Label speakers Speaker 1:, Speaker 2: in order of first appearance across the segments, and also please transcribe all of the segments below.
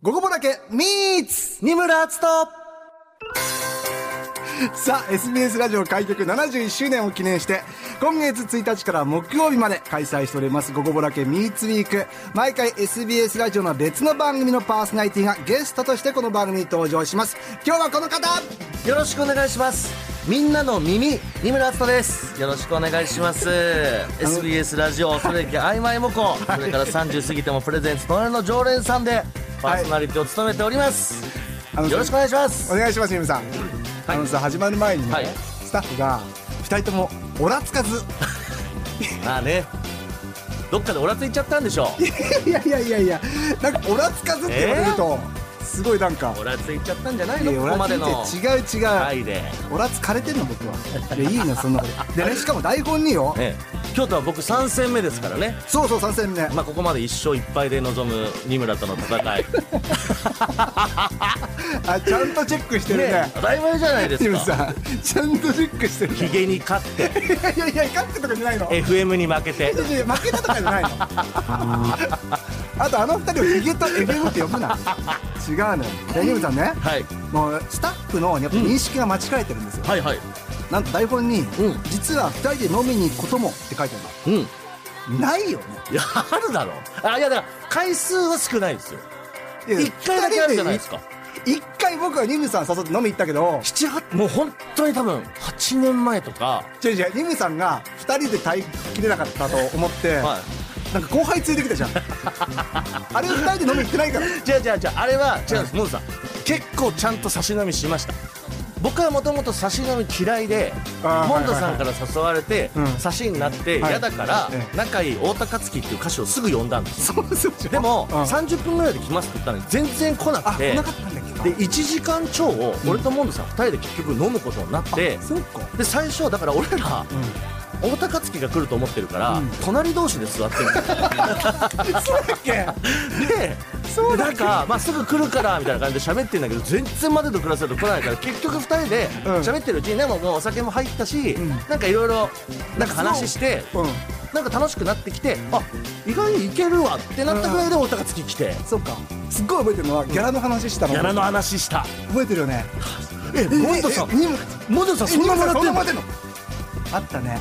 Speaker 1: ゴゴボラケミーツ二村敦人さあ SBS ラジオ開局71周年を記念して今月1日から木曜日まで開催しております「ゴゴボラケミーツウィーク」毎回 SBS ラジオの別の番組のパーソナリティがゲストとしてこの番組に登場します今日はこの方
Speaker 2: よろしくお願いしますみんなの耳二村敦人ですよろしくお願いします SBS ラジオそれからあいまいもこそれから30過ぎてもプレゼンツ隣の常連さんでパーソナリティを務めております、
Speaker 1: あの
Speaker 2: よろしくお願いします
Speaker 1: お願いします、ゆみさん。あのさ、始まる前にね、
Speaker 2: はい
Speaker 1: スタッフが二人ともオラつかず。
Speaker 2: まあねどっかでおらついちゃったんでしょう
Speaker 1: いやいやいやいや、なんかオラつかずって言われると、すごいなんか。
Speaker 2: おらついちゃったんじゃない
Speaker 1: いや
Speaker 2: のここまでの
Speaker 1: オラついて違う違う、
Speaker 2: 回で、
Speaker 1: オラつかれてんの僕はいやいいのそんなことでねしかも台本によ
Speaker 2: ええ、京都は僕3戦目ですからね
Speaker 1: そうそう3戦目
Speaker 2: まあここまで1勝1敗で臨む二村との戦 い
Speaker 1: あちゃんとチェックしてる
Speaker 2: ね
Speaker 1: ね
Speaker 2: 当たり前じゃないで
Speaker 1: ゆみ
Speaker 2: すか
Speaker 1: さんちゃんとチェックしてる
Speaker 2: ヒ
Speaker 1: ね
Speaker 2: ゲに勝って
Speaker 1: いやいやいや勝ってとかじゃないの
Speaker 2: FM に負けて
Speaker 1: いやいや負けたとかじゃないのあとあの二人をヒゲとエゲムって呼ぶな違うのよでゆみさんね
Speaker 2: はい
Speaker 1: もうスタッフのやっぱ認識が間違えてるんですよ、
Speaker 2: はいはい
Speaker 1: なんと台本に、
Speaker 2: うん
Speaker 1: 実は2人で飲みに行くことも」って書いてあ
Speaker 2: うんい
Speaker 1: るのないよね
Speaker 2: や あるだろあいやだから回数は少ないですよ
Speaker 1: いや
Speaker 2: 一回だけあるじゃないですか
Speaker 1: 二人で一回僕はニムさん誘って飲み行ったけど
Speaker 2: 七八もう本当に多分8年前とか
Speaker 1: 違う違うニムさんが2人で耐えきれなかったと思って、
Speaker 2: はい
Speaker 1: なんか後輩ついてきたじゃんあれ2人で飲み行ってないから
Speaker 2: 違う違う違うあれは違うんですモンさん結構ちゃんと差し飲みしました僕はもともと差し飲み嫌いで
Speaker 1: あー
Speaker 2: モンドさんから誘われて
Speaker 1: うん
Speaker 2: 差しになって
Speaker 1: はい
Speaker 2: 嫌だから
Speaker 1: え
Speaker 2: 仲いい太田克樹っていう歌手をすぐ呼んだんです
Speaker 1: そうそうそう
Speaker 2: でも
Speaker 1: うん
Speaker 2: 30分ぐらいで来ますって言ったのに全然来な
Speaker 1: あ
Speaker 2: くて
Speaker 1: 来なかったんだっけど
Speaker 2: で1時間超を俺とモンドさん2人で結局飲むことになって
Speaker 1: そうか
Speaker 2: で最初だから俺ら太田克樹が来ると思ってるから、
Speaker 1: うん
Speaker 2: 隣同士で座ってるんですよ
Speaker 1: そうだっけ
Speaker 2: で
Speaker 1: そうだっ
Speaker 2: なん
Speaker 1: け
Speaker 2: か、まあ、すぐ来るからみたいな感じで喋ってるんだけど全然待てと暮らせと来ないから結局2人で
Speaker 1: うん
Speaker 2: 喋ってるうちにでももうお酒も入ったし、
Speaker 1: ん
Speaker 2: なんかいろいろなんか話して
Speaker 1: うん
Speaker 2: なんか楽しくなってきてあ意外にいけるわってなったぐらいで太田克樹来て。
Speaker 1: そうかすっごい覚えてるのはギャラの話したの
Speaker 2: やらの話した
Speaker 1: 覚えてるよね
Speaker 2: えモンドさん
Speaker 1: ええニム
Speaker 2: モンドさんそんなもらってんの
Speaker 1: のあったね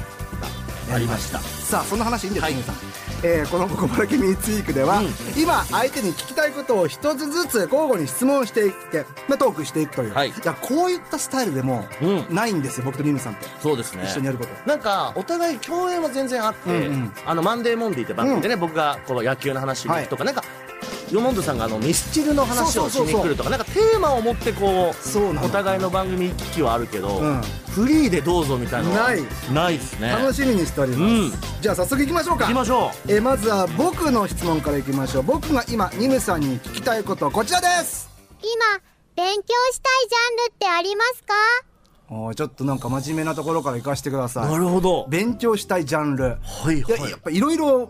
Speaker 2: ありました
Speaker 1: さあその話いいんですか、皆さんえーこの「ここばらけミーツウィーク」では、
Speaker 2: うん
Speaker 1: 今相手に聞きたいことを一つずつ交互に質問していって、まあ、トークしていくという、
Speaker 2: はい
Speaker 1: いやこういったスタイルでも
Speaker 2: うん
Speaker 1: ないんですよ、僕とリムさんって
Speaker 2: そうですね
Speaker 1: 一緒にやること
Speaker 2: なんかお互い共演は全然あって、
Speaker 1: うんうん
Speaker 2: あのマンデーモンデーって番組でね、僕がこの野球の話に行くとか、なんかヨモンドさんがあのミスチルの話をしに来るとかなんかテーマを持ってこう
Speaker 1: そうなの
Speaker 2: お互いの番組行き来はあるけど、
Speaker 1: うん
Speaker 2: フリーでどうぞみたいなのは
Speaker 1: ない
Speaker 2: ないですね
Speaker 1: 楽
Speaker 2: し
Speaker 1: しみにしております、じゃあ早速いきましょうか
Speaker 2: 行きましょ
Speaker 1: えーまずは僕の質問からいきましょう僕が今ニムさんに聞きたいことこちらです
Speaker 3: 今、勉強したいジャンルってありますか
Speaker 1: おーちょっとなんか真面目なところから行かせてくだ
Speaker 2: う
Speaker 1: さい
Speaker 2: なるほど
Speaker 1: 勉強したいジャンル、
Speaker 2: は
Speaker 1: い
Speaker 2: い
Speaker 1: や
Speaker 2: はい
Speaker 1: やっぱいろいろ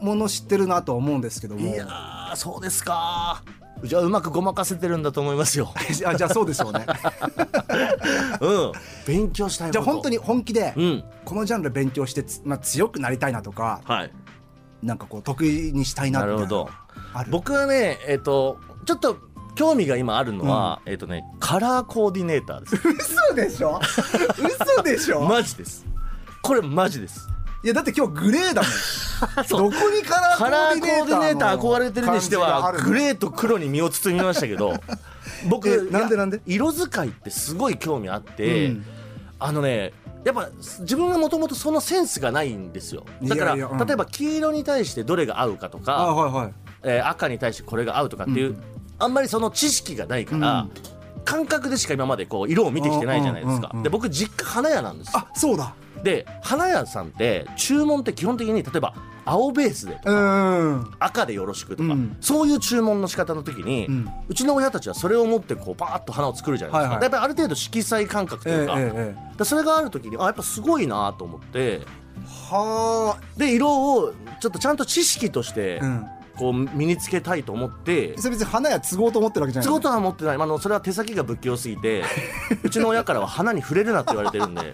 Speaker 1: もの知ってるなとは思うんですけども
Speaker 2: いやーそうですかじゃあうまくごまかせてるんだと思いま すよ
Speaker 1: あじゃあそうでしょう ね
Speaker 2: うん勉強したいこ
Speaker 1: じ
Speaker 2: と
Speaker 1: ゃあ本当に本気で、
Speaker 2: うん
Speaker 1: このジャンル勉強してつ、まあ、強くなりたいなとか
Speaker 2: はい
Speaker 1: なんかこう得意にしたいな
Speaker 2: な
Speaker 1: みたい
Speaker 2: る
Speaker 1: な
Speaker 2: ほど
Speaker 1: ある
Speaker 2: 僕はねえっ、とちょっと興味が今あるのは、えっ、とねカラーコーディネーターです
Speaker 1: 嘘でし ょ嘘でしょ、
Speaker 2: マジですこれマジです
Speaker 1: いやだって今日グレーだもん どこにカ
Speaker 2: カラ
Speaker 1: ラ
Speaker 2: ー
Speaker 1: ー
Speaker 2: コ
Speaker 1: コ
Speaker 2: ー
Speaker 1: ー
Speaker 2: デ
Speaker 1: デ
Speaker 2: ィ
Speaker 1: ィ
Speaker 2: ネ
Speaker 1: ネ
Speaker 2: ー
Speaker 1: ー
Speaker 2: タ
Speaker 1: タ
Speaker 2: ー
Speaker 1: ーの
Speaker 2: 憧れてるにしては
Speaker 1: 感じがある
Speaker 2: グレーと黒に身を包みましたけ ど僕
Speaker 1: えなんでなんで
Speaker 2: いや色使いってすごい興味あって、
Speaker 1: うん
Speaker 2: あのねやっぱ自分がもともとそのセンスがないんですよだから
Speaker 1: いやいやうん
Speaker 2: 例えば黄色に対してどれが合うかとか
Speaker 1: あはいはい
Speaker 2: えー赤に対してこれが合うとかっていう、あんまりその知識がないから、感覚でしか今までこう色を見てきてないじゃないですか、
Speaker 1: うんうんうん
Speaker 2: で僕実家花屋なんですよ
Speaker 1: あそうだ
Speaker 2: で花屋さんって注文って基本的に例えば青ベースでと
Speaker 1: う
Speaker 2: か、
Speaker 1: ーん
Speaker 2: 赤でよろしくとか、
Speaker 1: うん
Speaker 2: そういう注文の仕方の時に、
Speaker 1: う
Speaker 2: うんちの親たちはそれを持ってこうパーッと花を作るじゃないです
Speaker 1: は
Speaker 2: か、
Speaker 1: いはい
Speaker 2: でやっぱりある程度色彩感覚と
Speaker 1: え
Speaker 2: い
Speaker 1: え
Speaker 2: うか,、
Speaker 1: ええ
Speaker 2: それがある時にあやっぱすごいなと思って
Speaker 1: は
Speaker 2: で色をちょっとちゃんと知識として
Speaker 1: あうん
Speaker 2: こう身につけたいと思って、
Speaker 1: それ別に花や継ごうと思ってるわけじゃない
Speaker 2: 仕
Speaker 1: よね
Speaker 2: 事は持ってない、まああの、それは手先が不器用す ぎてうちの親からは花に触れるなって言われてるんで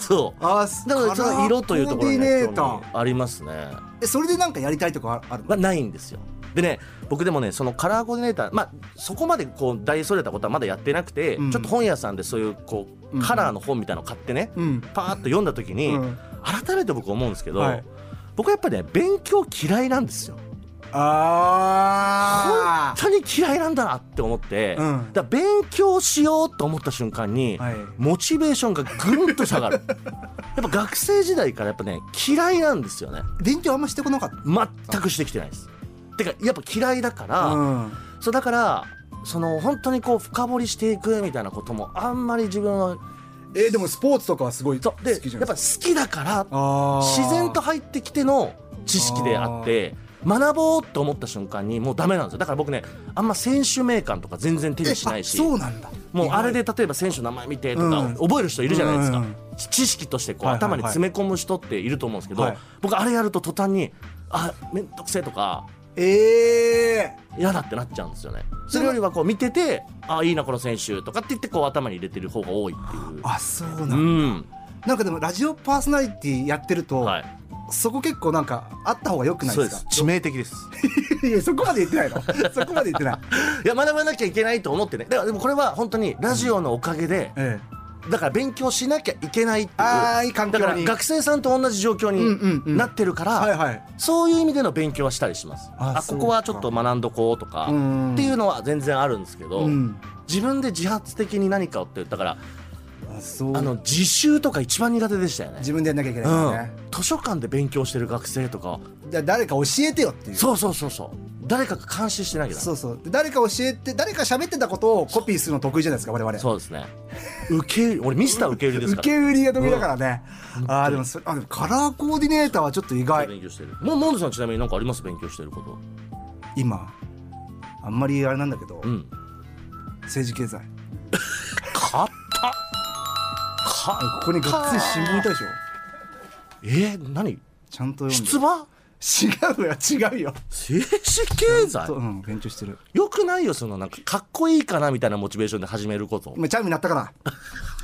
Speaker 2: そう
Speaker 1: あー
Speaker 2: だからその色というところに
Speaker 1: カラ
Speaker 2: ね
Speaker 1: ーコーディネーター
Speaker 2: 興味ありますね、
Speaker 1: えそれでなんかやりたいとかあるの
Speaker 2: まあ、ないんですよでね僕でもねそのカラーコーディネーターまあそこまでこう大それたことはまだやってなくて、
Speaker 1: うん
Speaker 2: ちょっと本屋さんでそういうこうカラーの本みたいなの買ってね、
Speaker 1: うん
Speaker 2: パーッと読んだ時に、
Speaker 1: うん
Speaker 2: 改めて僕思うんですけど、
Speaker 1: はい
Speaker 2: 僕はやっぱね勉強嫌いなんですよ。本
Speaker 1: あ
Speaker 2: 当に嫌いなんだなって思って、
Speaker 1: うん
Speaker 2: だから勉強しようと思った瞬間に、
Speaker 1: はい
Speaker 2: モチベーションがぐんと下 がるやっぱ学生時代からやっぱね嫌いなんですよね
Speaker 1: あ勉強あんましてこなかっ
Speaker 2: 全くしてきてないですてかやっぱ嫌いだか
Speaker 1: た
Speaker 2: ら、
Speaker 1: うん
Speaker 2: そうだからその本当にこう深掘りしていくみたいなこともあんまり自分は
Speaker 1: えーでもスポーツとかはすごい好
Speaker 2: そう
Speaker 1: き
Speaker 2: で
Speaker 1: じゃないです
Speaker 2: やっ
Speaker 1: か
Speaker 2: ぱ好きだから
Speaker 1: あー
Speaker 2: 自然と入ってきての知識であって学ぼうと思った瞬間にもうダメなんですよだから僕ねあんま選手名鑑とか全然手にしないし
Speaker 1: えあそうなんだ
Speaker 2: もうあれで例えば選手の名前見てと
Speaker 1: うん
Speaker 2: か覚える人いるじゃないですか、
Speaker 1: うん
Speaker 2: 知知識としてこう
Speaker 1: はいはいはい
Speaker 2: 頭に詰め込む人っていると思うんですけど、
Speaker 1: はい
Speaker 2: 僕あれやると途端にあめんどくせえとか
Speaker 1: ええ
Speaker 2: 嫌だってなっちゃうんですよねそれよりはこう見ててあいいなこの選手とかって言ってこう頭に入れてる方が多いっていう
Speaker 1: あそうなん
Speaker 2: う
Speaker 1: だ、
Speaker 2: ん
Speaker 1: なんかでもラジオパーソナリティやってると、
Speaker 2: はい
Speaker 1: そこ結構なんかあった方がよくない
Speaker 2: そう
Speaker 1: で
Speaker 2: です
Speaker 1: か
Speaker 2: す致命的です
Speaker 1: いやそこまで言ってない のそこまで言ってない、
Speaker 2: いや学ばなきゃいけないと思ってねだからでもこれは本当にラジオのおかげで、
Speaker 1: え
Speaker 2: だから勉強しなきゃいけないっていう
Speaker 1: あーいい環境に
Speaker 2: だから学生さんと同じ状況
Speaker 1: うんうんう
Speaker 2: に
Speaker 1: ん
Speaker 2: なってるから、
Speaker 1: え、はいはい
Speaker 2: そういう意味での勉強はしたりします
Speaker 1: あ
Speaker 2: あ
Speaker 1: そ
Speaker 2: こ
Speaker 1: うか
Speaker 2: こはちょっと学んどこうとか
Speaker 1: うん
Speaker 2: っていうのは全然あるんですけど、
Speaker 1: うん
Speaker 2: 自分で自発的に何かをってだから
Speaker 1: あそう
Speaker 2: あの自習とか一番苦手でしたよね
Speaker 1: 自分でやんなきゃいけないからね、
Speaker 2: うん、図書館で勉強してる学生とか
Speaker 1: じゃあ誰か教えてよっていう
Speaker 2: そうそうそうそう誰かが監視してなきゃダメ
Speaker 1: そうそうで誰か教えて誰か喋ってたことをコピーするの得意じゃないですか我々
Speaker 2: そうですね受け売り俺ミスター受け売りです
Speaker 1: 受
Speaker 2: から
Speaker 1: け売りが得意だからね、ああでもそれあでもカラーコーディネーターはちょっと意外
Speaker 2: 勉強してるもうモンドさんちなみに何かあります勉強してること
Speaker 1: 今あんまりあれなんだけど、
Speaker 2: うん
Speaker 1: 政治経済
Speaker 2: 買った
Speaker 1: あ
Speaker 2: か
Speaker 1: ここにがっつり新聞いたでしょ
Speaker 2: えー、何
Speaker 1: ちゃんと
Speaker 2: 出
Speaker 1: 読ん
Speaker 2: 馬
Speaker 1: で違うよ違うよ
Speaker 2: 政治経済
Speaker 1: そううん勉強してる
Speaker 2: よくないよそのなんかかっこいいかなみたいなモチベーションで始めること
Speaker 1: 今チャイムになったかな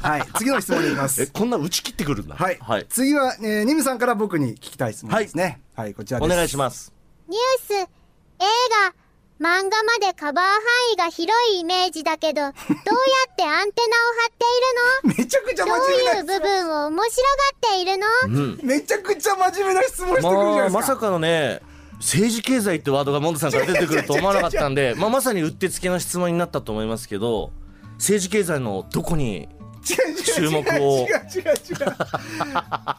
Speaker 1: はい次の質問でいきま
Speaker 2: え
Speaker 1: す
Speaker 2: こんな打ち切ってくるんだ
Speaker 1: はい、
Speaker 2: はい、
Speaker 1: 次は、えー、ニムさんから僕に聞きたい質問ですねはい、こちらで
Speaker 2: お
Speaker 1: す
Speaker 2: 願いします
Speaker 3: ニュース、映画、漫画までカバー範囲が広いイメージだけ ど、どうやってアンテナを張
Speaker 1: めちゃくちゃ
Speaker 3: っている
Speaker 1: 真面
Speaker 3: のどういう
Speaker 1: 目な
Speaker 3: 部分を面白がっているの
Speaker 2: うん
Speaker 1: めちゃくちゃ真面目な質問してくるじゃない
Speaker 2: ま
Speaker 1: で
Speaker 2: あ
Speaker 1: すか、
Speaker 2: まさかのね政治経済ってワードがモンドさんから出てくると思わなかったんで、まあ、まさにうってつけの質問になったと思いますけど政治経済のどこに
Speaker 1: 注
Speaker 2: 注目を
Speaker 1: 違う違う違う違う違う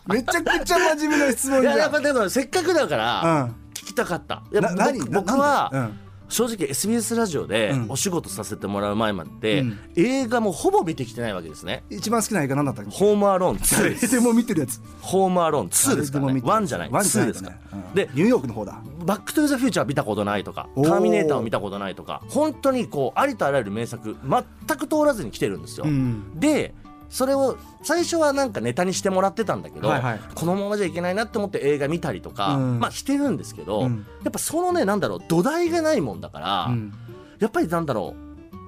Speaker 1: めちゃくちゃ真面目な質問
Speaker 2: い
Speaker 1: じ
Speaker 2: やや
Speaker 1: ゃ
Speaker 2: っ
Speaker 1: ん
Speaker 2: ぱでもせっかくだから
Speaker 1: うん
Speaker 2: 聞きたかった、いや
Speaker 1: な何
Speaker 2: 僕
Speaker 1: な
Speaker 2: 僕は、
Speaker 1: なんで
Speaker 2: 正直 SBS ラジオで
Speaker 1: うん
Speaker 2: お仕事させてもらう前まで、
Speaker 1: うん
Speaker 2: 映画もほぼ見てきてないわけですね
Speaker 1: うん、一番好きな映画何だったっ
Speaker 2: 「
Speaker 1: け
Speaker 2: ホームアローン2」で
Speaker 1: 誰
Speaker 2: す
Speaker 1: でも見てるやつ
Speaker 2: ホームアローン2ですか
Speaker 1: 誰
Speaker 2: らね
Speaker 1: も見てるやつ
Speaker 2: 1じゃない
Speaker 1: ワンじゃ
Speaker 2: 2
Speaker 1: ない
Speaker 2: で
Speaker 1: ですす
Speaker 2: か
Speaker 1: ね
Speaker 2: ら、
Speaker 1: うん
Speaker 2: で
Speaker 1: ニューヨークの方だ
Speaker 2: バック・トゥ・ザ・フューチャー見たことないとか、
Speaker 1: おー
Speaker 2: ターミネーターを見たことないとか、本当にこう、ありとあらゆる名作、全く通らずに来てるんですよ。
Speaker 1: うん
Speaker 2: で、それを最初はなんかネタにしてもらってたんだけど、
Speaker 1: はいはい
Speaker 2: このままじゃいけないなって思って映画見たりとか、
Speaker 1: うん
Speaker 2: まあしてるんですけど、
Speaker 1: うん
Speaker 2: やっぱそのね、なんだろう、土台がないもんだから、
Speaker 1: うん
Speaker 2: やっぱりなんだろ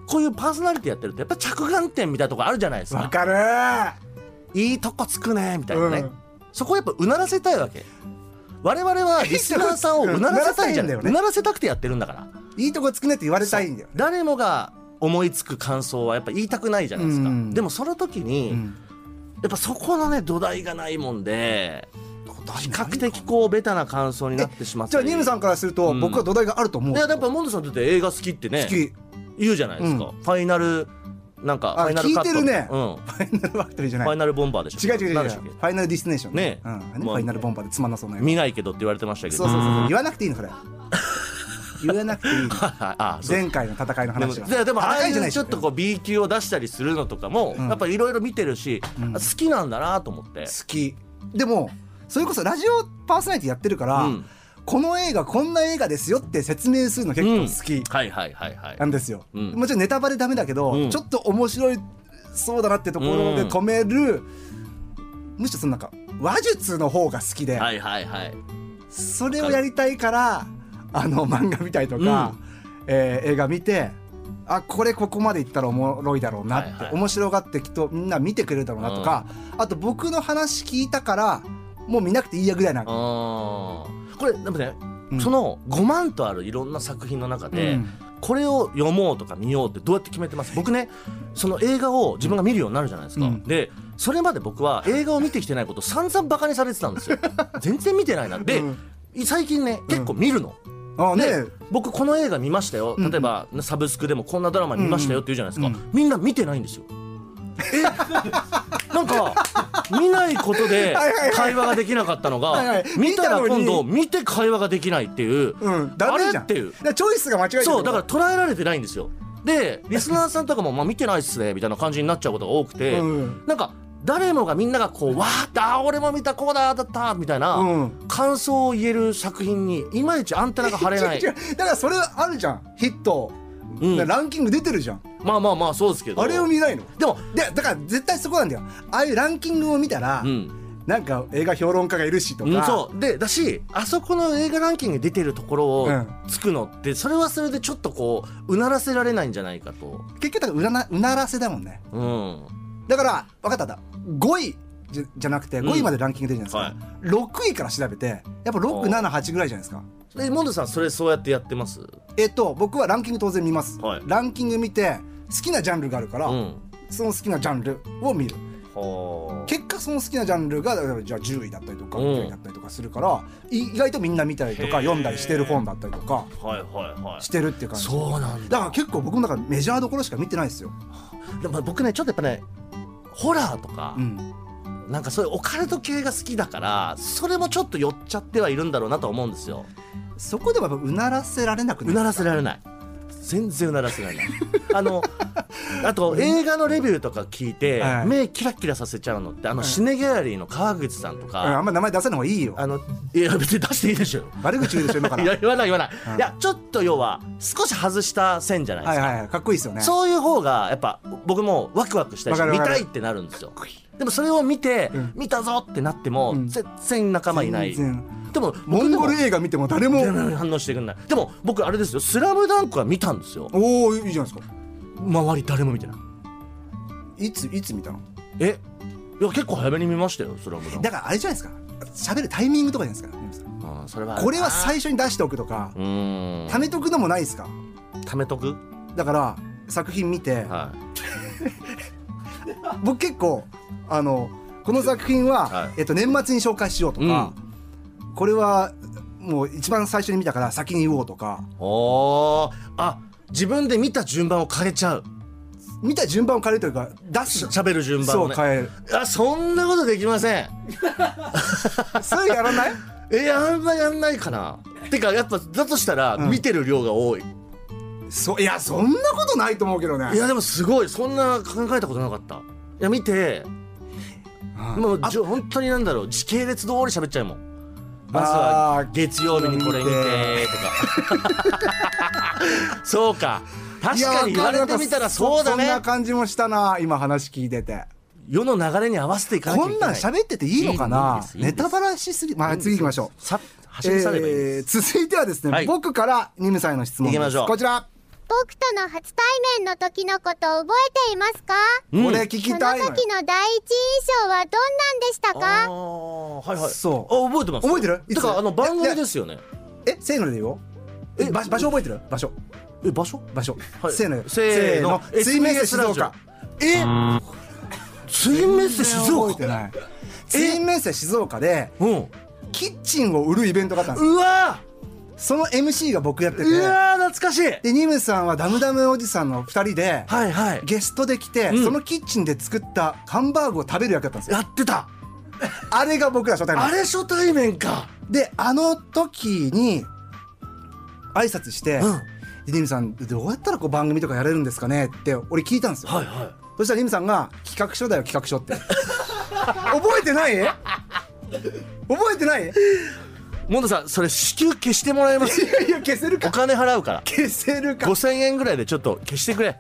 Speaker 2: う、こういうパーソナリティやってると、やっぱ着眼点みたいなとこあるじゃないです
Speaker 1: わ
Speaker 2: か。
Speaker 1: かるー
Speaker 2: いいとこつくね、みたいなね。
Speaker 1: うん
Speaker 2: そこをやっぱうならせたいわけ。我々はリスナーさんをうならせたいじゃない。
Speaker 1: うんうならせたいんだよね
Speaker 2: うならせたくてやってるんだから。
Speaker 1: いいとこつくねって言われたいんだよね
Speaker 2: 誰もが思いつく感想はやっぱ言いたくないじゃないですか、
Speaker 1: うん
Speaker 2: でもその時に、
Speaker 1: うん
Speaker 2: やっぱそこのね土台がないもんで比較的こうベタな感想になってしまって
Speaker 1: じゃあニムさんからすると、
Speaker 2: うん
Speaker 1: 僕は土台があると思う
Speaker 2: いややっぱモンドさんだって映画好きってね
Speaker 1: 好き
Speaker 2: 言うじゃないですか、
Speaker 1: うん
Speaker 2: ファイナルなんかフ
Speaker 1: あ
Speaker 2: ァイナルカッ
Speaker 1: 聞
Speaker 2: ト
Speaker 1: いてるね
Speaker 2: うん、フ
Speaker 1: ファイナルバクトリーじゃない
Speaker 2: ァイナルボンバーでし
Speaker 1: 違
Speaker 2: ょ
Speaker 1: う違う違う
Speaker 2: 何
Speaker 1: 違う
Speaker 2: でし
Speaker 1: フ
Speaker 2: たっけ
Speaker 1: ァイナルディスティネーション
Speaker 2: ねえ
Speaker 1: うんあれね
Speaker 2: まあ
Speaker 1: ファイナルボンバーでつまんなそうな映画
Speaker 2: 見ないけどって言われてましたけど
Speaker 1: そうそうそう
Speaker 2: うん
Speaker 1: そう言わなくていい のそれ言わなくていいの
Speaker 2: あそう
Speaker 1: 前回の戦いの
Speaker 2: でも
Speaker 1: 話が
Speaker 2: ででもああ
Speaker 1: 戦
Speaker 2: い
Speaker 1: じな
Speaker 2: う
Speaker 1: でし
Speaker 2: ちょっとこう B 級を出したりするのとかも、
Speaker 1: ん
Speaker 2: やっぱいろいろ見てるし、
Speaker 1: ん
Speaker 2: 好きなんだなと思って、
Speaker 1: 好きでもそれこそラジオパーソナリティやってるから、
Speaker 2: うん
Speaker 1: この映画こんな映画ですよって説明するの結構好き
Speaker 2: はいはいはいはい
Speaker 1: なんですよ、
Speaker 2: うん
Speaker 1: もちろんネタバレダメだけど、
Speaker 2: うん
Speaker 1: ちょっと面白いそうだなってところで止める、むしろそのなんか話術の方が好きで、
Speaker 2: はいはいはい
Speaker 1: それをやりたいからあの漫画見たりとか、えー映画見てあこれここまでいったらおもろいだろうなって、
Speaker 2: はいはい
Speaker 1: 面白がってきっとみんな見てくれるだろうなとか、あと僕の話聞いたからもう見なくていいやぐらいな
Speaker 2: あーこれでもねその5万とあるいろんな作品の中で、
Speaker 1: うん
Speaker 2: これを読もうとか見ようってどうやって決めてます僕ねその映画を自分が見るようになるじゃないですか、
Speaker 1: うん
Speaker 2: でそれまで僕は映画を見てきてないことを散々バカにされてたんで すよ全然見てないなで、
Speaker 1: うん
Speaker 2: 最近ね結構見るの、
Speaker 1: ああね
Speaker 2: で僕この映画見ましたよ例えば、サブスクでもこんなドラマ見ましたよって言うじゃないですか、みんな見てないんですよえなんか見ないこと で
Speaker 1: はいはいはい
Speaker 2: 会話ができなかったのが
Speaker 1: はいはい
Speaker 2: 見たら
Speaker 1: 見たの
Speaker 2: 今
Speaker 1: に
Speaker 2: 度見て会話ができないっていう、
Speaker 1: うんダ
Speaker 2: あ
Speaker 1: メじ
Speaker 2: れ
Speaker 1: ゃん
Speaker 2: っていう
Speaker 1: だからチョイスが間違えてる
Speaker 2: そうだから捉えられてないんですよでリスナーさんとかも、まあ、見てないっすねみたいな感じになっちゃうことが多くて、
Speaker 1: うん
Speaker 2: なんか誰もがみんながこう「わーってあー俺も見たこうだーだった」みたいな、
Speaker 1: うん
Speaker 2: 感想を言える作品にいまいちアンテナが張 れない
Speaker 1: 違う違うだからそれあるじゃんヒット、
Speaker 2: うん
Speaker 1: だからランキング出てるじゃん
Speaker 2: まあまあまあそうですけど
Speaker 1: あれを見ないの
Speaker 2: でも
Speaker 1: でだから絶対そこなんだよああいうランキングを見たら、
Speaker 2: うん、
Speaker 1: なんか映画評論家がいるしとか、
Speaker 2: うん、そうでだしあそこの映画ランキングに出てるところを
Speaker 1: うん
Speaker 2: つくのって、それはそれでちょっとこううならせられないんじゃないかと
Speaker 1: 結局だからうらなうならせだもんね
Speaker 2: うん
Speaker 1: だから分かったんだ5位じゃじゃなくて
Speaker 2: ん
Speaker 1: 5位までランキング出るじゃないですか、6位から調べてやっぱ678ぐらいじゃないですか
Speaker 2: でモンドさんそれそうやってやってます
Speaker 1: えっと僕はランキング当然見ます、
Speaker 2: はい
Speaker 1: ランキング見て好きなジャンルがあるから、
Speaker 2: うん
Speaker 1: その好きなジャンルを見る
Speaker 2: は
Speaker 1: 結果その好きなジャンルがだからじゃあ10位だったりとか
Speaker 2: うん
Speaker 1: 9位だったりとかするから、い意外とみんな見たりとか
Speaker 2: へー
Speaker 1: 読んだりしてる本だったりとか
Speaker 2: あはいはいは
Speaker 1: してるっていう感じ
Speaker 2: そうなんだ
Speaker 1: だから結構僕もだからメジャーどころしか見てないですよ、
Speaker 2: でも僕ねちょっとやっぱねホラーとか
Speaker 1: う、ん、
Speaker 2: なんかそういうオカルト系が好きだからそれもちょっと寄っちゃってはいるんだろうなと思うんですよ
Speaker 1: そこでもやっぱうならせられなくな
Speaker 2: う
Speaker 1: い
Speaker 2: ならせられない全然うならせら れないあのあと映画のレビューとか聞いて、
Speaker 1: はい
Speaker 2: 目キラキラさせちゃうのってあの、
Speaker 1: い
Speaker 2: シネギャラリーの川口さんと
Speaker 1: うんあ
Speaker 2: か、
Speaker 1: んま名前出さない方がいいよ
Speaker 2: あのいや別に出していいでしょ
Speaker 1: 悪口言うでしょ今から
Speaker 2: いや言わない言わない、
Speaker 1: うん
Speaker 2: いやちょっと要は少し外した線じゃないで
Speaker 1: は
Speaker 2: す
Speaker 1: い
Speaker 2: か、
Speaker 1: はいはいかっこいいですよね
Speaker 2: そういう方がやっぱ僕もワクワクしたいし
Speaker 1: わかる
Speaker 2: 見
Speaker 1: わかる
Speaker 2: たいってなるんですよでもそれを見て、
Speaker 1: うん
Speaker 2: 見たぞってなっても、
Speaker 1: うん
Speaker 2: 全然仲間いない
Speaker 1: 全然
Speaker 2: でも
Speaker 1: モ
Speaker 2: 僕
Speaker 1: ン
Speaker 2: でも
Speaker 1: ゴル映画見ても誰も
Speaker 2: 全然反応してくんないでも僕あれですよ「スラムダンクは見たんですよ
Speaker 1: おおいいじゃないですか
Speaker 2: 周り誰も見てない
Speaker 1: いついつ見たの
Speaker 2: えいや結構早めに見ましたよ「スラムダンク
Speaker 1: だからあれじゃないですか喋るタイミングとかじゃないですか皆さん
Speaker 2: あーそれは
Speaker 1: これは
Speaker 2: 最
Speaker 1: 最初に出しておくとか
Speaker 2: うーん
Speaker 1: 貯めとくのもないですか
Speaker 2: ためとく
Speaker 1: だから作品見て
Speaker 2: はい
Speaker 1: 僕結構あのこの作品は、
Speaker 2: はい
Speaker 1: えっと、年末に紹介しようとか、これはもう一番最初に見たから先に言おうとか
Speaker 2: おーあ自分で見た順番を変えちゃう
Speaker 1: 見た順番を変えるというか出す
Speaker 2: 喋る順番
Speaker 1: そ
Speaker 2: を
Speaker 1: う
Speaker 2: ね
Speaker 1: 変える
Speaker 2: あそんなことできません
Speaker 1: そうやら ない
Speaker 2: えあんまやんないか なてかやっぱだとしたら
Speaker 1: ん
Speaker 2: 見てる量が多い、
Speaker 1: そいやそんなことないと思うけどね
Speaker 2: いやでもすごいそんな考えたことなかったいや見て
Speaker 1: うん
Speaker 2: もうじょ本当になんだろう時系列通り喋っちゃうもんまず
Speaker 1: あ
Speaker 2: は
Speaker 1: ー
Speaker 2: 月曜日にこれ見
Speaker 1: 見
Speaker 2: てと かそうか確かに
Speaker 1: い
Speaker 2: 言
Speaker 1: や
Speaker 2: わ
Speaker 1: わる
Speaker 2: れてみたらそう
Speaker 1: なんかそそ
Speaker 2: だ
Speaker 1: んな
Speaker 2: ね
Speaker 1: 感じもしたな今話聞いてて
Speaker 2: 世の流れに合わせていかなきゃい
Speaker 1: こ
Speaker 2: けない
Speaker 1: んなん喋ってていいのかない
Speaker 2: いですいいで
Speaker 1: ネ
Speaker 2: す
Speaker 1: タバラしすぎまあ次行きましょう
Speaker 2: さ走り去ればいいです、
Speaker 1: えー続いてはですね、
Speaker 2: はい
Speaker 1: 僕からニムさんへの質問で
Speaker 2: 行きますしょう
Speaker 1: こちら、
Speaker 3: 僕との初対面の時のこと覚えていますか
Speaker 2: うん
Speaker 1: これ聞き
Speaker 3: その
Speaker 1: たいのよ
Speaker 3: 時の第一印象はどんなんでした
Speaker 2: あ
Speaker 3: か
Speaker 2: ーはいはい
Speaker 1: そう
Speaker 2: あ覚えてます
Speaker 1: 覚えてるいつ
Speaker 2: だからあの番組ですよね
Speaker 1: えせーのでよえ場場所覚えてる場所
Speaker 2: え場所
Speaker 1: 場所、
Speaker 2: はい
Speaker 1: せーのよ
Speaker 2: せーの
Speaker 1: せ水明水静
Speaker 2: SBS ラ
Speaker 1: 岡
Speaker 2: え水面って静
Speaker 1: 覚
Speaker 2: 岡
Speaker 1: えてない水明水静岡で
Speaker 2: うん
Speaker 1: キッチンを売るイベントがあったんです
Speaker 2: うわ
Speaker 1: その MC が僕やってて
Speaker 2: ーうわー懐かしい
Speaker 1: でニムさんはダムダムおじさんの2人で
Speaker 2: はいはい
Speaker 1: ゲストで来て、
Speaker 2: ん
Speaker 1: そのキッチンで作ったハンバーグを食べる役だったんですよ
Speaker 2: やってた
Speaker 1: あれが僕ら初対面
Speaker 2: あれ初対面か
Speaker 1: であの時に挨拶して、
Speaker 2: うん
Speaker 1: でニムさんどうやったらこう番組とかやれるんですかねって俺聞いたんですよ、
Speaker 2: はいは
Speaker 1: そしたらニムさんが「企画書だよ企画書」って 覚えてない覚えてないい
Speaker 2: いモンドさんそれ支給消してもらえます
Speaker 1: やいや消せる
Speaker 2: お
Speaker 1: か
Speaker 2: 金払うから
Speaker 1: 消せるか
Speaker 2: 5000円ぐらいでちょっと消してくれ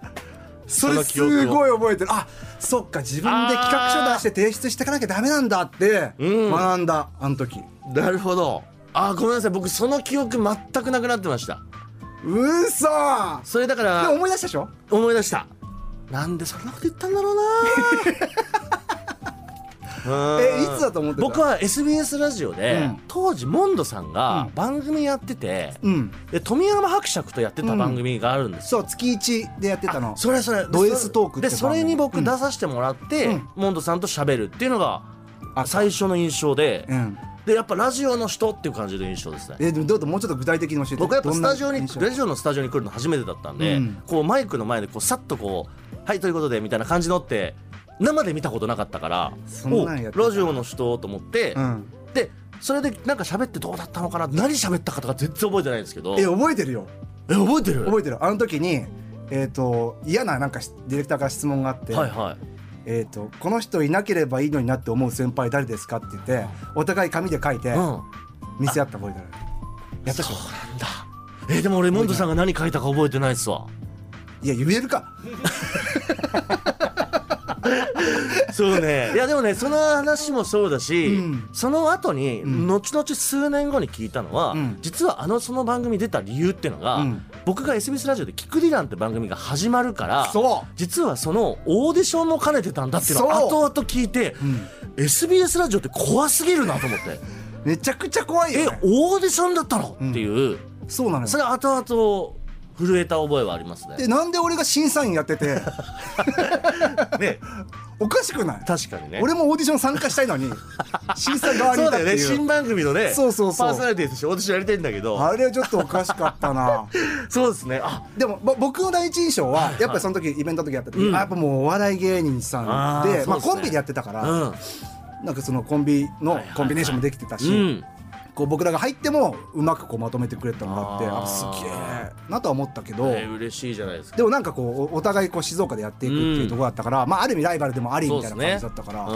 Speaker 1: それ
Speaker 2: の
Speaker 1: す
Speaker 2: 記憶を
Speaker 1: ごい覚えてるあそっか自分で企画書出して提出していかなきゃダメなんだって
Speaker 2: うん
Speaker 1: 学んだあの時
Speaker 2: なるほどあーごめんなさい僕その記憶全くなくなってました
Speaker 1: うそ
Speaker 2: それだか
Speaker 1: でも
Speaker 2: ら
Speaker 1: 思い出したでしょ
Speaker 2: 思い出したなんでそんなこと言ったんだろうな うん
Speaker 1: えいつだと思ってた
Speaker 2: 僕は SBS ラジオで、
Speaker 1: うん
Speaker 2: 当時モンドさんが
Speaker 1: うん
Speaker 2: 番組やってて、
Speaker 1: うん
Speaker 2: で富山伯爵とやってた番組があるんですよ、
Speaker 1: そう月一でやってたの
Speaker 2: それそれ
Speaker 1: ド S トークって
Speaker 2: でそれに
Speaker 1: う
Speaker 2: 僕
Speaker 1: ん
Speaker 2: 出させてもらって、
Speaker 1: うん
Speaker 2: モンドさんと喋るっていうのが
Speaker 1: あ
Speaker 2: 最初の印象で、
Speaker 1: うん
Speaker 2: でやっぱラジオの人っていう感じの印象ですね
Speaker 1: えでもどうぞもうちょっと具体的に教えて
Speaker 2: 僕はやっぱ
Speaker 1: どん
Speaker 2: ス
Speaker 1: な
Speaker 2: タジオに
Speaker 1: 印象
Speaker 2: ラジオのスタジオに来るの初めてだったんで、
Speaker 1: うん
Speaker 2: こうマイクの前でこうさっとこう「はいということで」みたいな感じのって生で見たことなかったから
Speaker 1: そんなんやってた
Speaker 2: おラジオの人と思って、
Speaker 1: うん
Speaker 2: でそれでなんか喋ってどうだったのかな何喋ったかとか全然覚えてないんですけど
Speaker 1: え覚えてるよ
Speaker 2: え覚えてる
Speaker 1: 覚えてるあの時にえっ、と嫌ななんかしディレクターから質問があって、
Speaker 2: はいはい
Speaker 1: えー、とこの人いなければいいのになって思う先輩誰ですかって言ってお互い紙で書いて
Speaker 2: うん
Speaker 1: 見せ合った覚えてるやったっ
Speaker 2: そ
Speaker 1: け
Speaker 2: うなんだえでも俺モンドさんが何書いたか覚えてないっすわ
Speaker 1: いや言えるか
Speaker 2: そうね いやでもねその話もそうだし、
Speaker 1: うん
Speaker 2: その後に、
Speaker 1: ん
Speaker 2: 後々数年後に聞いたのは、
Speaker 1: うん
Speaker 2: 実はあのその番組出た理由っていうのが、
Speaker 1: うん
Speaker 2: 僕が SBS ラジオで「キクリラン」って番組が始まるから
Speaker 1: そ
Speaker 2: 実はそのオーディションも兼ねてたんだっていうのを
Speaker 1: そう
Speaker 2: 後々聞いて、SBS ラジオって怖すぎるなと思 って「
Speaker 1: うめちゃくちゃ怖い
Speaker 2: え
Speaker 1: よ、ね、
Speaker 2: オーディションだったの?」
Speaker 1: うん
Speaker 2: っていう、
Speaker 1: そうなのよ
Speaker 2: それは後々震えた覚えはありますね。
Speaker 1: でなんで俺が審査員やって て
Speaker 2: ね
Speaker 1: おかしくない
Speaker 2: 確かにね
Speaker 1: 俺もオーディション参加したい のに審査側に
Speaker 2: そ
Speaker 1: いうたっ
Speaker 2: だよ
Speaker 1: て
Speaker 2: ね
Speaker 1: いう
Speaker 2: 新番組のね
Speaker 1: そうそうそう
Speaker 2: パーソナリティとして私やりたいんだけど
Speaker 1: あれはちょっとおかしかったな
Speaker 2: そうですねあ
Speaker 1: でもぼ僕の第一印象はやっぱりその時イベントの時やった時、
Speaker 2: うん
Speaker 1: あやっぱもうお笑い芸人さん
Speaker 2: あー
Speaker 1: で
Speaker 2: そう
Speaker 1: まあ、
Speaker 2: ですね
Speaker 1: コンビでやってたから、
Speaker 2: うん
Speaker 1: なんかそのコンビのコンビネーションもできてたし、
Speaker 2: うん
Speaker 1: こう僕らが入ってもうまくこうまとめてくれたのがあって
Speaker 2: あー
Speaker 1: あすげえなとは思ったけど、
Speaker 2: えー嬉しいじゃないですか
Speaker 1: でもなんかこうおお互いこう静岡でやっていくっていうところだったから、まあある意味ライバルでもありみたいな感じだったから
Speaker 2: う
Speaker 1: そう,、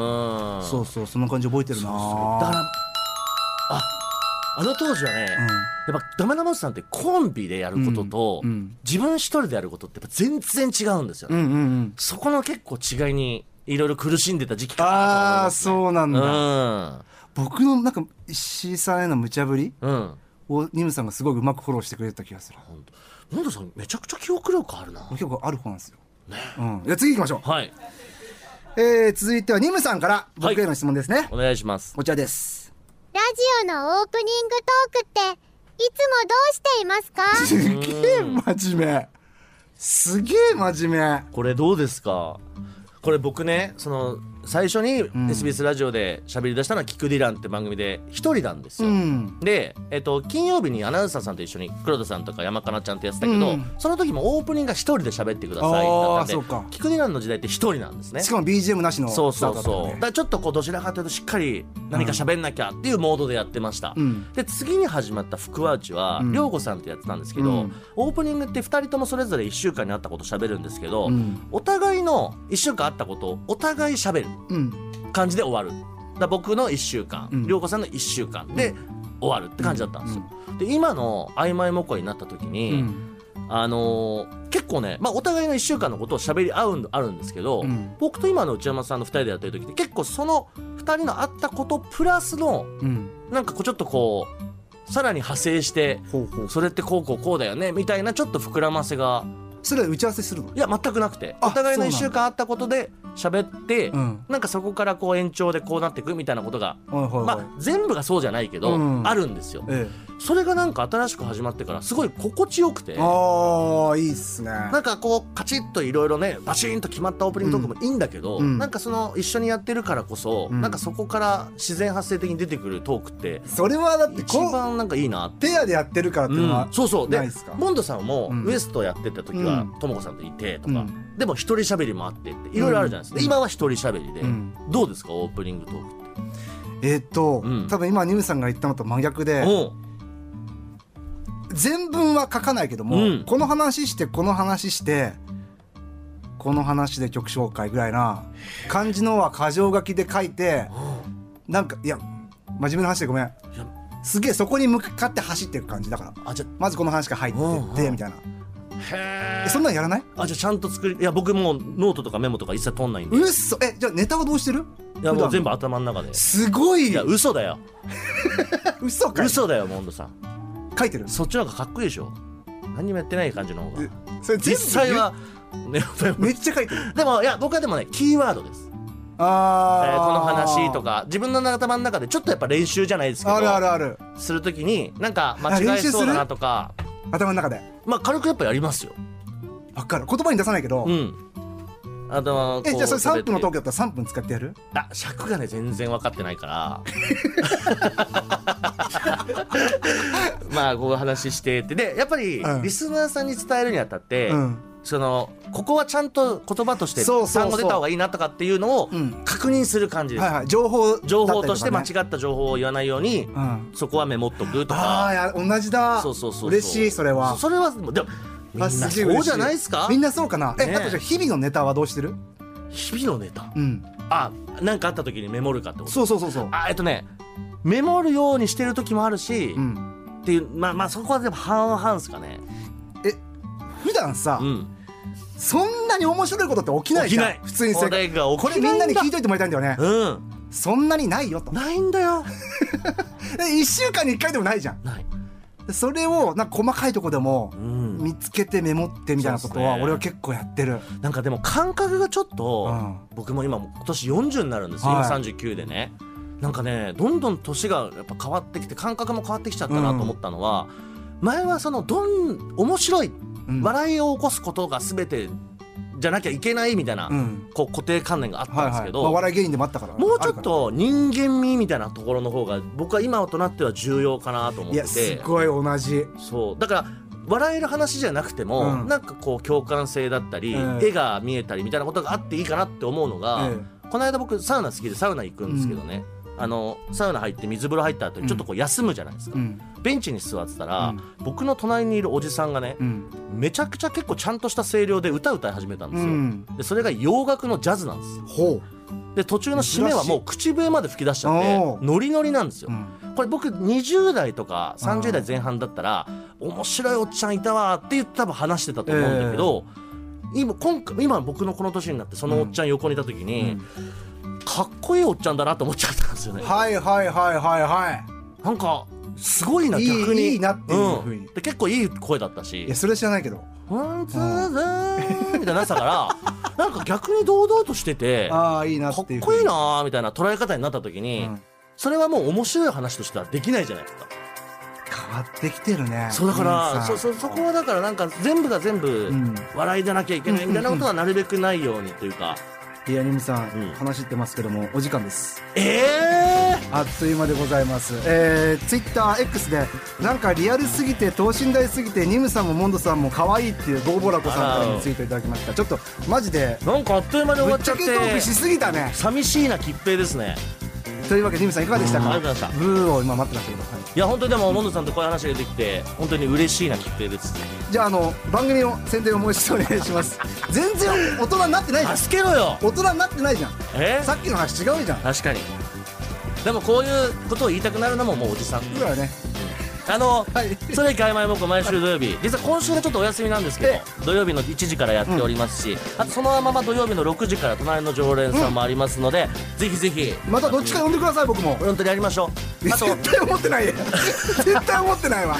Speaker 2: ん
Speaker 1: そうそんな感じ覚えてるな
Speaker 2: だからああの当時はねやっぱダメなモスさんってコンビでやることと
Speaker 1: うんうん
Speaker 2: 自分一人でやることってやっぱ全然違うんですよ
Speaker 1: う
Speaker 2: ね
Speaker 1: ん、うんうんうん
Speaker 2: そこの結構違いにいろいろ苦しんでた時期か
Speaker 1: あ
Speaker 2: な
Speaker 1: あそうなん
Speaker 2: と思い
Speaker 1: だ、
Speaker 2: ます
Speaker 1: 僕のなんか石井さんへの無茶ぶり
Speaker 2: うんうん
Speaker 1: をニムさんがすごいうまくフォローしてくれた気がする
Speaker 2: 本当モンドさんめちゃくちゃ記憶力あるな
Speaker 1: 結構ある方なんですよ、うん、じゃあ次行きましょう
Speaker 2: はい
Speaker 1: えー、続いてはニムさんから僕への質問ですね、
Speaker 2: お願いします
Speaker 1: こちらです
Speaker 3: ラジオのオープニングトークっていつもどうしています か
Speaker 1: すげえ真面目すげえ真面目
Speaker 2: これどうですかこれ僕ねその最初に SBS ラジオで喋り出したのは「キクディラン」って番組で一人なんですよ、
Speaker 1: うん
Speaker 2: で、えっと、金曜日にアナウンサーさんと一緒に黒田さんとか山かなちゃんとやってたけど、
Speaker 1: うん
Speaker 2: その時もオープニングが一人で喋ってくださ
Speaker 1: あ
Speaker 2: い
Speaker 1: ー
Speaker 2: だった
Speaker 1: そうん
Speaker 2: で
Speaker 1: か
Speaker 2: キクディランの時代って一人なんですね
Speaker 1: しかも BGM なしの
Speaker 2: そう
Speaker 1: スタ
Speaker 2: そ
Speaker 1: ートだ
Speaker 2: う
Speaker 1: ったよ
Speaker 2: そうだ
Speaker 1: ね
Speaker 2: からちょっとこうどちらかというとしっかり何か喋んなきゃっていうモードでやってました、
Speaker 1: うん
Speaker 2: で次に始まった「福ワウチ」は
Speaker 1: うん
Speaker 2: 涼子さんってやってたんですけ
Speaker 1: う
Speaker 2: ど、
Speaker 1: ん
Speaker 2: オープニングって2人ともそれぞれ1週間にあったこと喋るんですけど、
Speaker 1: うん
Speaker 2: お互いの1週間あったことをお互い喋る
Speaker 1: うん
Speaker 2: 感じで終わるだから僕の1週間
Speaker 1: うん
Speaker 2: 涼子さんの1週間で終わるって感じだったんですよ、で今の「曖昧もこい」になった時
Speaker 1: う
Speaker 2: に、
Speaker 1: ん
Speaker 2: あのー結構ね、まあ、お互いの1週間のことを喋り合うんあるんですけど、
Speaker 1: うん
Speaker 2: 僕と今の内山さんの2人でやってる時って結構その2人のあったことプラスの
Speaker 1: うん
Speaker 2: なんかこうちょっとこうさらに派生して
Speaker 1: ほうほう
Speaker 2: それってこうこうこうだよねみたいなちょっと膨らませが
Speaker 1: それは打ち合わせするの
Speaker 2: いや全くなくて
Speaker 1: あ
Speaker 2: お互いの1
Speaker 1: そうな
Speaker 2: 週
Speaker 1: ん
Speaker 2: 間あったことで喋って、
Speaker 1: うん
Speaker 2: なんかそこからこう延長でこうなっていくみたいなことが、
Speaker 1: はいはいはい、
Speaker 2: まあ、全部がそうじゃないけど、
Speaker 1: うん
Speaker 2: あるんですよ。
Speaker 1: え
Speaker 2: それがなんか新しく始まってからすごい心地よくて
Speaker 1: え、ああいいっすね
Speaker 2: なんかこうカチッといろいろねバシーンと決まったオープニングトークもいいんだけど、
Speaker 1: うん
Speaker 2: なんかその一緒にやってるからこそ、
Speaker 1: うん
Speaker 2: なんかそこから自然発生的に出てくるトークって
Speaker 1: それはだって
Speaker 2: 一
Speaker 1: こう
Speaker 2: 番なんかいいなって。
Speaker 1: ペアでやってるからっていうのは、
Speaker 2: うんそうそうで
Speaker 1: ないっすか
Speaker 2: モンドさんも
Speaker 1: うん
Speaker 2: ウエストやってた時
Speaker 1: う
Speaker 2: は
Speaker 1: ん
Speaker 2: とも子さんといてと
Speaker 1: う
Speaker 2: か、
Speaker 1: ん
Speaker 2: でも一人喋りもあってっていろいろあるじゃないですか、で今は一人喋りで、
Speaker 1: うん
Speaker 2: どうですかオープニングトークって。
Speaker 1: えーっと、
Speaker 2: うん
Speaker 1: 多分今ニムさんが言ったのと真逆で
Speaker 2: おう
Speaker 1: 全文は書かないけども、
Speaker 2: うん
Speaker 1: この話してこの話してこの話で曲紹介ぐらいな漢字のは箇条書きで書いてなんかいや真面目な話でごめん
Speaker 2: いや
Speaker 1: すげえそこに向かって走ってる感じだから
Speaker 2: あじゃ
Speaker 1: まずこの話から入って
Speaker 2: うん
Speaker 1: っ
Speaker 2: う
Speaker 1: て
Speaker 2: ん
Speaker 1: みたいな
Speaker 2: へ
Speaker 1: えそんなんやらない
Speaker 2: あじゃあちゃんと作りいや僕もうノートとかメモとか一切取んないんで
Speaker 1: うっそえじゃあネタはどうしてる
Speaker 2: いやもう全
Speaker 1: 部
Speaker 2: 部頭の中です
Speaker 1: すごい
Speaker 2: いや嘘だよ
Speaker 1: 嘘かい
Speaker 2: 嘘だよモンドさん
Speaker 1: 書いてる
Speaker 2: そっちの方がかっこいいでしょ何にもやってない感じの方が
Speaker 1: それ
Speaker 2: 実際はね
Speaker 1: めっちゃ書いてる
Speaker 2: でもいや僕はでもねキーワードです
Speaker 1: あ
Speaker 2: え
Speaker 1: ー
Speaker 2: ーこの話とか自分の頭の中でちょっとやっぱ練習じゃないですけど
Speaker 1: あるあるある
Speaker 2: するときになんか間違えそうだなとか
Speaker 1: 頭の中で
Speaker 2: まあ軽くやっぱやりますよ
Speaker 1: 分かる言葉に出さないけど、
Speaker 2: うんあと
Speaker 1: えじゃあそれ3分のトー
Speaker 2: ク
Speaker 1: クだったら3分使ってやる
Speaker 2: あ尺がね全然分かってないから まあこういう話してってでやっぱり
Speaker 1: うん
Speaker 2: リスナーさんに伝えるにあたって、
Speaker 1: うん
Speaker 2: そのここはちゃんと言葉として
Speaker 1: そうそうそう
Speaker 2: 単語出た方がいいなとかっていうのを
Speaker 1: うん
Speaker 2: 確認する感じです、
Speaker 1: はいはい情報だったり
Speaker 2: 情
Speaker 1: かね
Speaker 2: 報として間違った情報を言わないように、
Speaker 1: うん
Speaker 2: そこはメモっとくと
Speaker 1: ああ
Speaker 2: か
Speaker 1: や同じだ
Speaker 2: そうそうそうそう
Speaker 1: 嬉しいそれは
Speaker 2: それはでもでもみんな
Speaker 1: あすげえ嬉し
Speaker 2: そうじゃないですか
Speaker 1: みんなそうかなえ
Speaker 2: ねえ
Speaker 1: あとじゃあ日々のネタはどうしてる
Speaker 2: 日々のネタ
Speaker 1: うん
Speaker 2: あなんかあった時にメモるかってこと
Speaker 1: そうそうそうそう
Speaker 2: あえっとねメモるようにしてる時もあるし、
Speaker 1: うん
Speaker 2: っていうまあまあそこはでも半々ですかね
Speaker 1: 普段さ
Speaker 2: うん
Speaker 1: そんなに面白いことって起きないじゃ
Speaker 2: 起き
Speaker 1: ん
Speaker 2: ない
Speaker 1: 普通に生
Speaker 2: こ
Speaker 1: 活
Speaker 2: れが
Speaker 1: こ
Speaker 2: 起
Speaker 1: れ
Speaker 2: き
Speaker 1: み
Speaker 2: ない
Speaker 1: ん
Speaker 2: んだ
Speaker 1: なに聞いといてもらいたいんだよね
Speaker 2: うん
Speaker 1: そんなにないよと
Speaker 2: ないんだよ
Speaker 1: 1週間に1回でもないじゃん
Speaker 2: ない
Speaker 1: それをなんか細かいとこでも
Speaker 2: うん
Speaker 1: 見つけてメモってみたいなことは
Speaker 2: そうっすね
Speaker 1: 俺は結構やってる
Speaker 2: なんかでも感覚がちょっと、
Speaker 1: うん
Speaker 2: 僕も今もう今年40になるんですよ、
Speaker 1: はい
Speaker 2: 今39でねなんかねどんどん年がやっぱ変わってきて感覚も変わってきちゃったなと思ったのは、前はそのどん面白い、
Speaker 1: うん
Speaker 2: 笑いを起こすことが全てじゃなきゃいけないみたいな、
Speaker 1: うん
Speaker 2: こう固定観念があったんですけど、
Speaker 1: まあ、笑い芸人でもあったから
Speaker 2: もうちょっ
Speaker 1: あるか
Speaker 2: と人間味みたいなところの方が僕は今となっては重要かなと
Speaker 1: ら
Speaker 2: 思っ
Speaker 1: いや
Speaker 2: て
Speaker 1: す
Speaker 2: て
Speaker 1: ごい同じ
Speaker 2: そうだから笑える話じゃなくても、
Speaker 1: うん
Speaker 2: なんかこう共感性だったり、
Speaker 1: ええ
Speaker 2: 絵が見えたりみたいなことがあっていいかなって思うのが、
Speaker 1: え
Speaker 2: この間僕サウナ好きでサウナ行くんですけどね、あのサウナ入って水風呂入った後にちょっとこう休むじゃないです
Speaker 1: う
Speaker 2: か、
Speaker 1: ん
Speaker 2: ベンチに座ってたら、
Speaker 1: うん
Speaker 2: 僕の隣にいるおじさんがね
Speaker 1: う、ん
Speaker 2: めちゃくちゃ結構ちゃんとした声量で歌歌い始めたんで
Speaker 1: う
Speaker 2: すよ、
Speaker 1: ん
Speaker 2: でそれが洋楽のジャズなんですよ
Speaker 1: ほ
Speaker 2: で途中の締めはもう口笛まで吹き出しちゃ
Speaker 1: お
Speaker 2: っ
Speaker 1: ー
Speaker 2: てノリノリなんですよ、
Speaker 1: う、うん、
Speaker 2: これ僕20代とか30代前半だったら面白いおっちゃんいたわって言って多分話してたと思うんだけど、今今回今僕のこの年になってそのおっちゃん横にいた時に、かっこいいおっちゃんだなと思っちゃったんですよね。
Speaker 1: はいはいはいはいは
Speaker 2: なんかすごいない
Speaker 1: い
Speaker 2: 逆に
Speaker 1: いいなっていうふうに
Speaker 2: んで結構いい声だった
Speaker 1: い
Speaker 2: し
Speaker 1: いやそれは知らないけど
Speaker 2: 「ワンツーズー」みたいな さからなんか逆に堂々としててか
Speaker 1: ああいいな
Speaker 2: っ
Speaker 1: っていう
Speaker 2: こいい
Speaker 1: な
Speaker 2: なーみたいな捉え方になった時に、
Speaker 1: うん
Speaker 2: それはもう面白い話としてはできないじゃないですか。
Speaker 1: 変わってきてるね
Speaker 2: そうだか
Speaker 1: 皆
Speaker 2: ら
Speaker 1: さん
Speaker 2: そそそこはだからなんか全部が全部
Speaker 1: うん
Speaker 2: 笑いじゃなきゃいけないみたいなことはなるべくないようにというか、
Speaker 1: いやにみさん、
Speaker 2: うん
Speaker 1: 話してますけどもお時間です
Speaker 2: ええ
Speaker 1: あっという間でございますえー、TwitterX でなんかリアルすぎて等身大すぎてニムさんもモンドさんも可愛いっていうボーボラコさんからにツイートいただきましたちょっとマジで
Speaker 2: ー、なんかあっという間に終
Speaker 1: ぶ
Speaker 2: わ
Speaker 1: っ
Speaker 2: っ
Speaker 1: ち
Speaker 2: ちゃ
Speaker 1: ゃ
Speaker 2: っ
Speaker 1: けトーク
Speaker 2: て
Speaker 1: しすぎたね
Speaker 2: 寂しいな吉平ですね
Speaker 1: というわけでニムさんいかがでした
Speaker 2: うん
Speaker 1: か
Speaker 2: ありがとうございま
Speaker 1: ブーを今待ってましたけど、はい
Speaker 2: いや本当にでもモンドさんとこういう話ができて本当に嬉しいな吉平です
Speaker 1: じゃああの番組の宣伝をもう一度お願いします 全然大人になってないじゃん
Speaker 2: 助けろよ
Speaker 1: 大人になってないじゃん
Speaker 2: え
Speaker 1: さっきの話違うじゃん
Speaker 2: 確かにでもこういうことを言いたくなるのももうおじさん
Speaker 1: 僕らはね
Speaker 2: あの、
Speaker 1: はい
Speaker 2: それ以外前僕毎週土曜日実は今週がちょっとお休みなんですけ
Speaker 1: え
Speaker 2: ど土曜日の1時からやっておりますし、あとそのまま土曜日の6時から隣の常連さんもありますので、ぜひぜひ
Speaker 1: またどっちか呼んでください僕も
Speaker 2: 本当にやりましょうあと
Speaker 1: 絶対思ってないよ絶対思ってないわ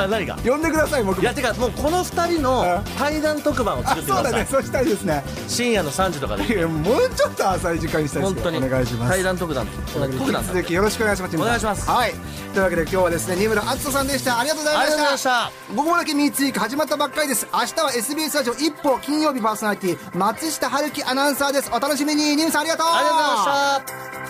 Speaker 2: 何が
Speaker 1: 呼んでください僕
Speaker 2: い
Speaker 1: も
Speaker 2: やてかもうこの2人の対談特番を
Speaker 1: あ
Speaker 2: 作ってくだ
Speaker 1: そう
Speaker 2: さ
Speaker 1: だ
Speaker 2: い、
Speaker 1: ねそうしたいですね
Speaker 2: 深夜の3時と かで
Speaker 1: いやもうちょっと浅い時間にしたいです
Speaker 2: 本
Speaker 1: け
Speaker 2: 当
Speaker 1: ど
Speaker 2: に
Speaker 1: お願いします
Speaker 2: 対談特番
Speaker 1: というわけで
Speaker 2: 特
Speaker 1: 引き
Speaker 2: 談だって
Speaker 1: 続きよろしくお願いします
Speaker 2: お願いします
Speaker 1: はいというわけで今日はですね二村篤人さんでしたありがとうござい
Speaker 2: あ
Speaker 1: ま
Speaker 2: りがとうございま
Speaker 1: し
Speaker 2: したた
Speaker 1: 午後だけミーツウィーク始まったばっかりです明日は SBS ラジオ一歩金曜日パーソナリティ松下春樹アナウンサーですお楽しみにニムさんありがとう
Speaker 2: ありがとうございました